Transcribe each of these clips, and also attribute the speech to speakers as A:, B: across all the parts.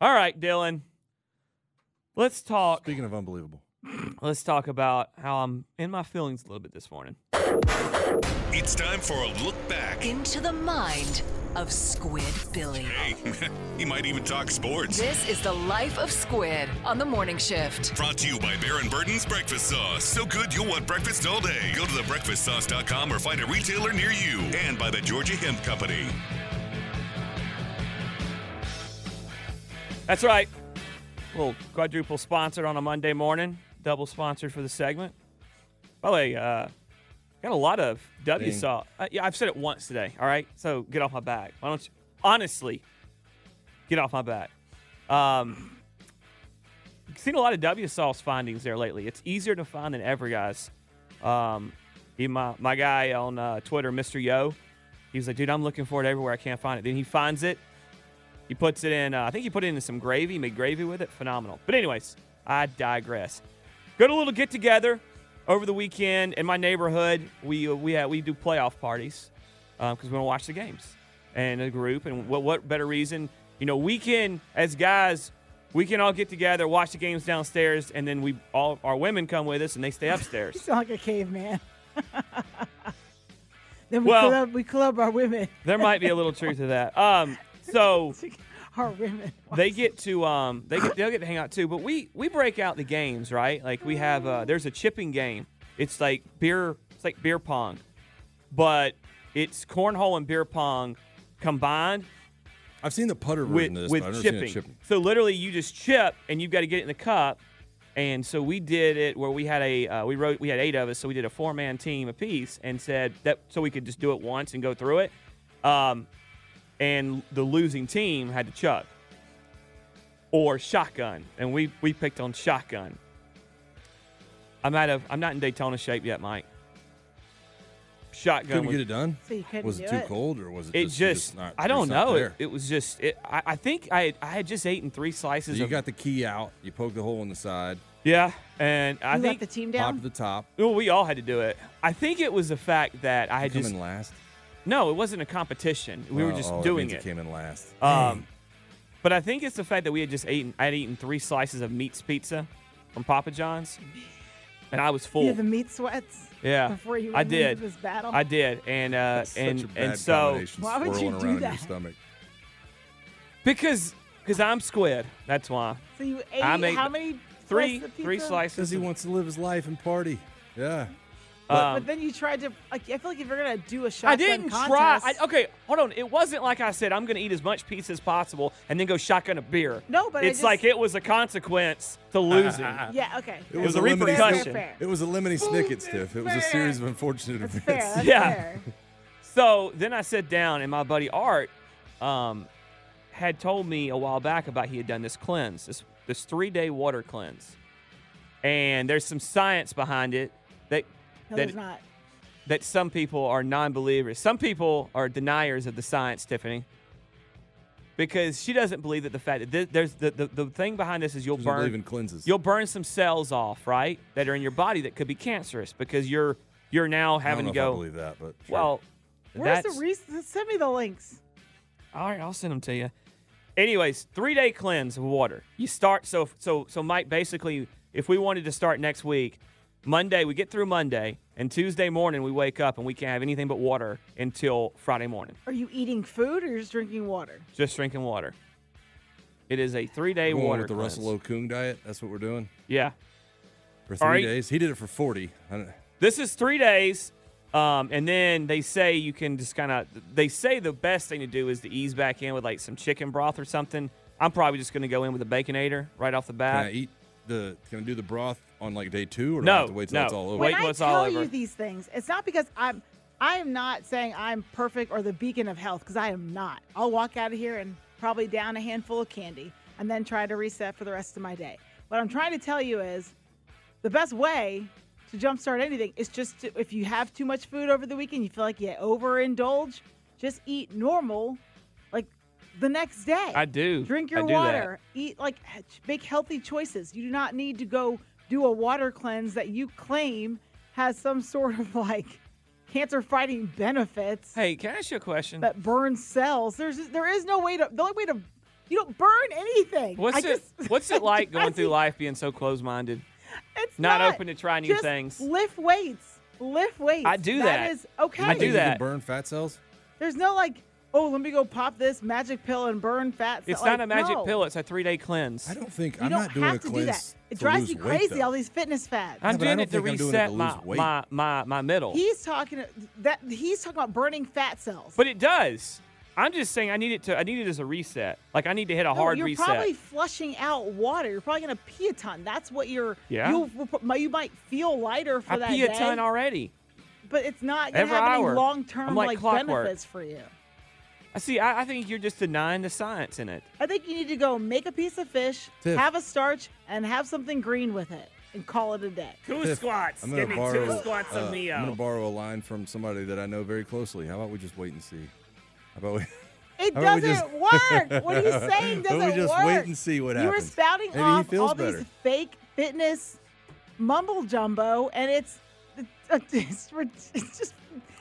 A: All right, Dylan. Let's talk.
B: Speaking of unbelievable,
A: Let's talk about how I'm in my feelings a little bit this morning.
C: It's time for a look back.
D: Into the mind of Squid Billy.
C: Hey, he might even talk sports.
D: This is the life of Squid on the morning shift.
C: Brought to you by Baron Burton's Breakfast Sauce. So good you'll want breakfast all day. Go to thebreakfastsauce.com or find a retailer near you. And by the Georgia Hemp Company.
A: That's right. Little quadruple sponsored on a Monday morning, double sponsored for the segment. By the way, uh, got a lot of W
B: Ding.
A: saw. Uh, yeah, I've said it once today. All right, so get off my back. Why don't you honestly get off my back? Um, seen a lot of W sauce findings there lately. It's easier to find than ever, guys. Um, he, my my guy on uh, Twitter, Mr. Yo, he was like, dude, I'm looking for it everywhere. I can't find it. Then he finds it. He puts it in. Uh, I think he put it in some gravy, made gravy with it. Phenomenal. But anyways, I digress. Go to a little get together over the weekend in my neighborhood. We uh, we had, we do playoff parties because we want to watch the games and a group. And what what better reason? You know, we can as guys, we can all get together, watch the games downstairs, and then we all our women come with us and they stay upstairs.
E: sound like a caveman. then we,
A: Well-
E: club, we club our women.
A: there might be a little truth to that. Um, so.
E: our women.
A: they get to um they get they'll get to hang out too but we we break out the games right like we have uh there's a chipping game it's like beer it's like beer pong but it's cornhole and beer pong combined
B: I've seen the putter
A: with
B: version of this, but I've
A: with
B: never
A: chipping.
B: seen it chipping.
A: so literally you just chip and you've got to get it in the cup and so we did it where we had a uh, we wrote we had eight of us so we did a four man team apiece and said that so we could just do it once and go through it um and the losing team had to chuck or shotgun, and we we picked on shotgun. I'm out of I'm not in Daytona shape yet, Mike. Shotgun.
B: Couldn't
A: was-
B: get it done.
E: So you couldn't
B: was
E: do
B: it too
E: it?
B: cold, or was it?
A: it
B: just, you
A: just,
B: not,
A: I don't
B: just not
A: know. It,
B: there?
A: it was just it, I, I think I had, I had just eaten three
B: So
A: slices
B: you
A: of
B: got the key out. You poke the hole in the side.
A: yeah, and I
E: you let
A: think
E: the team
B: Pop
E: down.
B: to the top.
A: well, we all had to do it. I think it was the fact that I
B: I
A: had
B: come
A: just
B: in last.
A: no, it wasn't a competition. We were
B: Oh,
A: just
B: oh,
A: doing
B: means
A: it.
B: Came in last.
A: Um, but I think it's the fact that we had just eaten. I had eaten three slices of meat's pizza from Papa John's, and I was full.
E: You had the meat sweats.
A: Yeah,
E: Before you
A: I
E: went into
A: did.
E: this battle.
A: I did, and uh,
B: That's such
A: and
B: a bad
A: and so
B: combination,
E: Why would you
B: swirling
E: do
B: around in your
E: that?
B: stomach.
A: because because I'm squid, that's why
E: so you ate
A: I made
E: how many?
A: three
E: slices of
A: three
B: Because
E: pizza?
A: slices.
B: he
A: of-
B: wants to live his life and party. Yeah.
A: um,
E: but then you tried to. Like, I feel like if you're gonna do a shotgun
A: I didn't try.
E: contest,
A: I, okay, hold on. It wasn't like I said I'm going to eat as much pizza as possible and then go shotgun a beer.
E: No, but I
A: it's like
E: just-
A: it was a consequence to losing.
E: Yeah. Okay.
B: It
A: was a
B: lemony
E: fair,
A: repercussion.
E: Fair,
B: It
E: fair.
B: was a lemony snicket stiff. It was a
E: fair.
B: series of unfortunate
E: That's fair.
B: events.
E: That's
A: Yeah.
E: fair.
A: So then I sat down, and my buddy Art um, had told me a while back about he had done this cleanse, this this three day water cleanse, and there's some science behind it that
E: No,
A: that
E: there's not.
A: that some people are non-believers. Some people are deniers of the science, Tiffany. Because she doesn't believe that the fact that th- there's the, the, the thing behind this is you'll
B: Doesn't believe
A: burn
B: in cleanses.
A: you'll burn some cells off, right? That are in your body that could be cancerous because you're you're now
B: I don't
A: having
B: know
A: to
B: if I
A: go.
B: believe that, but sure.
A: Well,
E: Where's
A: that's-
E: the reason? Send me the links.
A: all right, I'll send them to you. Anyways, three day cleanse of water. You start so so so Mike. Basically, if we wanted to start next week, Monday we get through Monday, and Tuesday morning we wake up and we can't have anything but water until Friday morning.
E: Are you eating food or just drinking water?
A: Just drinking water. It is a three day
B: We're going
A: water
B: with the
A: cleanse.
B: Russell Okung diet. That's what we're doing
A: Yeah,
B: for three
A: right.
B: days. He did it for forty. I don't-
A: this is three days, um, and then they say you can just kind of. They say the best thing to do is to ease back in with like some chicken broth or something. I'm probably just going to go in with a baconator right off the
B: Can
A: bat.
B: I eat the? Can I do the broth on like day two, or do
A: Uh, No,
B: I have to wait till
A: no.
B: it's all over?
A: Wait
E: when
A: till
E: I
A: it's all
E: tell you
A: over.
E: these things, it's not because I'm I am not saying I'm perfect or the beacon of health because I am not. I'll walk out of here and probably down a handful of candy. and then try to reset for the rest of my day. What I'm trying to tell you is the best way to jumpstart anything is just to, if you have too much food over the weekend, you feel like you overindulge, just eat normal like the next day.
A: I do.
E: Drink
A: I
E: your
A: do that.
E: water. Eat like h- make healthy choices. You do not need to go do a water cleanse that you claim has some sort of like cancer fighting benefits
A: Hey, can I ask you a question?
E: that burn cells. There's there is no way to the only way to you don't burn anything.
A: What's
E: I
A: it?
E: just-
A: what's it like going
E: I-
A: through life being so closed-minded?
E: It's
A: not open to try new
E: Just
A: things?
E: Lift weights. Lift weights.
A: I do that.
E: That is okay.
A: I do
B: You can
A: that.
B: burn fat cells.
E: There's no like, oh, let me go pop this magic pill and burn fat.
A: It's
E: cell- like,
A: not a magic
E: no.
A: pill. It's a three-day cleanse.
B: I don't think
E: You
B: I'm
E: don't
B: not doing
E: have
B: a
E: to
B: cleanse.
E: do that. It
B: to
E: drives
B: lose
E: you
B: weight,
E: crazy.
B: though.
E: all these fitness fads.
A: I'm
B: Yeah, but I
A: doing
B: don't
A: it to
B: think I'm doing it
A: reset
B: to
A: my,
B: lose weight.
A: my my my middle.
E: He's talking that he's talking about burning fat cells.
A: But it does. I'm just saying I need it to I need it as a reset. Like I need to hit a
E: No,
A: hard
E: you're
A: reset.
E: probably flushing out water. You're probably gonna pee a ton. That's what you're.
A: Yeah.
E: You you might feel lighter for
A: I
E: that
A: pee
E: day,
A: a ton already.
E: but it's not gonna
A: every
E: have
A: hour.
E: any long term
A: I'm like clockwork.
E: benefits for you.
A: I see I, I think you're just denying the science in it.
E: I think you need to go make a piece of fish,
B: Tiff.
E: have a starch, and have something green with it, and call it a day.
A: Two
B: Tiff, I'm gonna borrow, uh, I'm gonna borrow a line from somebody that I know very closely. How about we just wait and see? How about we?
E: It
B: How about we
E: doesn't
B: just-
E: work. What he's saying
B: How
E: doesn't
B: about we just
E: work.
B: wait and see what
E: You were
B: happens?
E: spouting
B: Maybe he
E: off
B: feels
E: all
B: better.
E: these fake fitness mumble jumbo, and it's it's, it's just.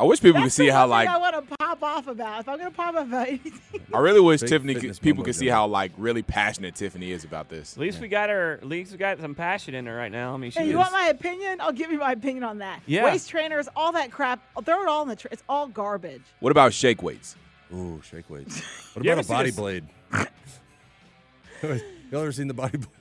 F: I wish people could
E: that's
F: see
E: the
F: how
E: one thing
F: like
E: I want to pop off about. If I'm gonna pop off about anything,
F: I really wish
B: Big
F: Tiffany
B: fitness
F: could, people
B: mumbo
F: could see
B: jumbo.
F: how like really passionate Tiffany is about this.
A: At least we got her at least we got some passion in her right now. I mean she
E: hey,
A: is,
E: you want my opinion? I'll give you my opinion on that.
A: Yeah.
E: Waist trainers, all that crap. Throw it all in the. Tr- it's all garbage.
F: What about shake weights?
B: Ooh, shake weights. What
A: You
B: about
A: ever
B: a
A: seen
B: body
A: this-
B: blade? Y'all ever seen the body blade?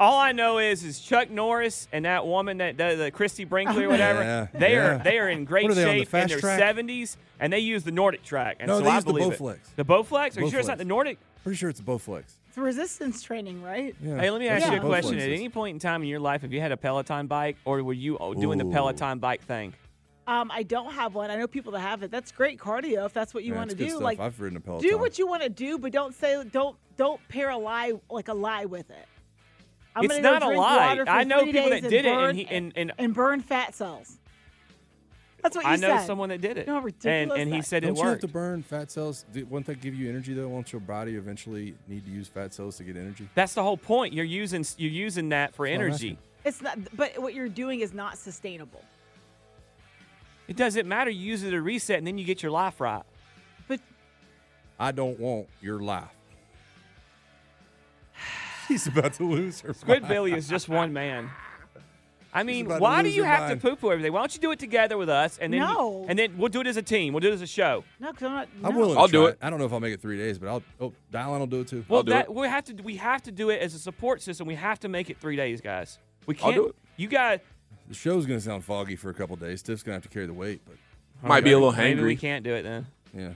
A: all I know is is Chuck Norris and that woman that does the Christy Brinkley or whatever,
B: Yeah,
A: they are
B: yeah.
A: they are in great
B: What are they on, the
A: shape in
B: fast
A: their
B: track?
A: seventies and they use the Nordic track. And
B: No,
A: so
B: they
A: I
B: use the
A: believe it.
B: Bowflex.
A: The Bowflex? Are you sure it's not
B: Bowflex.
A: the Nordic?
B: Pretty sure it's a Bowflex.
E: It's resistance training, right?
B: Yeah,
A: Hey, let me
B: that's
A: ask you a
B: what Bowflex
A: question. At
B: is.
A: any point in time in your life, have you had a Peloton bike, or were you oh, doing the
B: Ooh.
A: Peloton bike thing?
E: Um, I don't have one. I know people that have it. That's great cardio if that's what you
B: Man,
E: want to
B: it's good
E: do.
B: stuff.
E: Like,
B: I've ridden a
E: do
B: Peloton.
E: what you want to do, but don't say don't don't pair a lie like a lie with it. I'm
A: It's
E: gonna go
A: not a
E: drink
A: lie.
E: water for
A: I know
E: three
A: people
E: days
A: that did it and
E: burn-
A: he- and- and-
E: burn fat cells. That's what you
A: I know
E: said.
A: someone that did it,
E: You know how
A: and
E: ridiculous
A: and he
E: that-
A: said
B: Don't
A: it
B: you have
A: worked.
B: to burn fat cells? Do- Won't that give you energy though? Won't your body eventually need to use fat cells to get energy?
A: That's the whole point. You're using you're using that for
B: what I'm
A: energy.
B: asking.
E: It's not, but what you're doing is not sustainable.
A: It doesn't matter. You use it to reset, and then you get your life right.
E: But
B: I don't want your life. She's about to lose her.
A: Squid
B: mind.
A: Billy is just one man. I mean,
B: about to
A: why do
B: lose
A: you
B: her
A: have
B: mind.
A: to poo poo everything? Why don't you do it together with us, and then
E: No.
A: and then we'll do it as a team. We'll do it as a show.
E: no, because I'm not.
B: I'm
E: no.
B: willing. to
F: I'll do
B: try
F: it.
B: I don't know if I'll make it three days, but I'll. Oh, Dylan will do it too.
A: Well,
F: I'll do
A: that
F: it.
A: we have to we have to do it as a support system. We have to make it three days, guys. We
F: I'll
A: can't.
F: do it.
A: You guys
B: the show's gonna sound foggy for a couple days. Tiff's gonna have to carry the weight, but
F: Might be a little
A: Maybe we
F: hangry.
A: can't do it then.
B: yeah,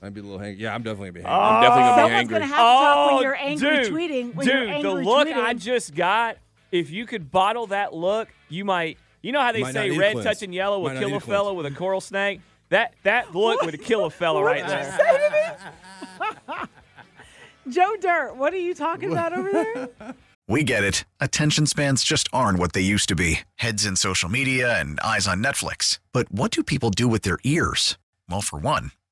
B: I'd be a little hang. Yeah, I'm definitely gonna be
A: Ah,
B: hangry.
F: I'm definitely
E: Uh, Someone's
F: gonna
E: gonna
F: be
E: have
F: hangry.
E: to talk when
A: Oh,
E: you're angry
A: dude,
E: tweeting. When
A: dude,
E: you're angry
A: the look
E: tweeting,
A: I just got. If you could bottle that look, you might. You know how they
B: Might not
A: say
B: need a
A: red
B: cleanse.
A: touching yellow will
B: Might not
A: kill
B: need
A: a,
B: a
A: fella with a coral snake. That that look would kill a fella right there.
E: Joe Dirt. What are you talking about over there?
G: We get it. Attention spans just aren't what they used to be heads in social media and eyes on Netflix. But what do people do with their ears? Well, for one,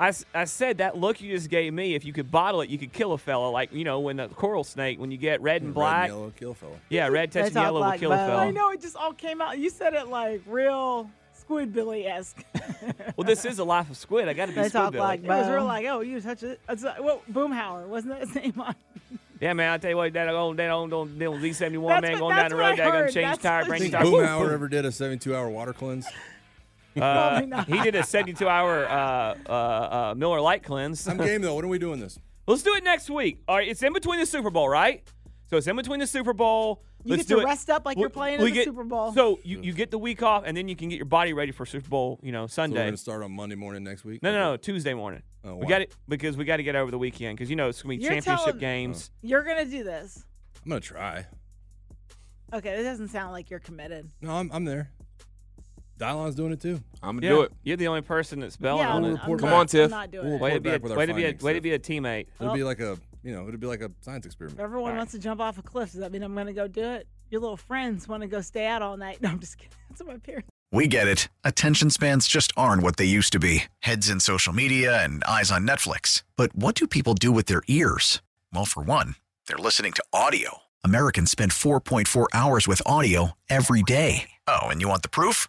A: I, s- I said that look you just gave me. If you could bottle it, you could kill a fella. Like you know when the coral snake, when you get red and
B: Red
A: black.
B: and yellow kill fella.
A: yeah, red
E: They
A: touching
E: talk
A: yellow will
E: like
A: kill a
E: that. I
A: fella.
E: know it just all came out. You said it like real Squidbilly esque.
A: Well, this is a life of squid. I got to be
H: They
A: squid
H: talk
A: Billy.
H: like
E: it was real
H: Well.
E: like, oh, you touch it. It's like, well, Boomhauer wasn't that his name on?
A: Yeah, man, I tell you what, that on that on that on Z seventy one
E: That's
A: man
E: what-
A: going down
E: that's
A: the
E: what I
A: road, that gonna
E: heard.
A: change
E: That's
A: tire,
E: what-
A: bring
B: Think
A: tire.
B: Boomhauer ever did a 72-hour water cleanse?
A: Uh,
E: Probably not.
A: he did a 72 hour uh, uh, uh, Miller Light cleanse.
B: I'm game though. When are we doing this?
A: Let's do it next week. All right, it's in between the Super Bowl, right? So it's in between the Super Bowl.
E: You
A: Let's
E: get
A: do
E: to
A: it.
E: rest up like
A: We-
E: you're playing
A: we
E: in the
A: get-
E: Super Bowl.
A: So you, you get the week off, and then you can get your body ready for Super Bowl, you know,
B: So we're
A: Sunday.
B: gonna start on Monday morning next week.
A: no, no, no, Tuesday morning.
B: Oh,
A: We
B: wow.
A: got it because we got to get over the weekend because you know it's gonna be
E: You're
A: championship
E: telling-
A: games.
B: Oh.
E: you're gonna do this.
B: I'm gonna try.
E: Okay, this doesn't sound like you're committed.
B: No, I'm, I'm there. Dylon's doing it too.
F: I'm gonna
A: Yeah,
F: do it.
A: You're the only person that's belling
E: yeah,
A: on
B: We'll
E: I'm,
A: it.
E: I'm
B: report
F: Come
E: not-
F: on, Tiff.
E: I'm not doing
B: We'll
E: it.
A: Way to
B: report
A: be a,
B: back with our
A: way to be a
B: findings,
A: way to
B: Steph.
A: be a teammate.
B: It'll
E: Oh.
B: be like a you know it'll be like a science experiment.
E: If everyone
A: Alright.
E: wants to jump off a cliff, does that mean I'm going to go do it? Your little friends want to go stay out all night. No, I'm just kidding. That's what my parents.
G: We get it. Attention spans just aren't what they used to be heads in social media and eyes on Netflix. But what do people do with their ears? Well, for one, they're listening to audio. Americans spend 4.4 hours with audio every day. Oh, and you want the proof?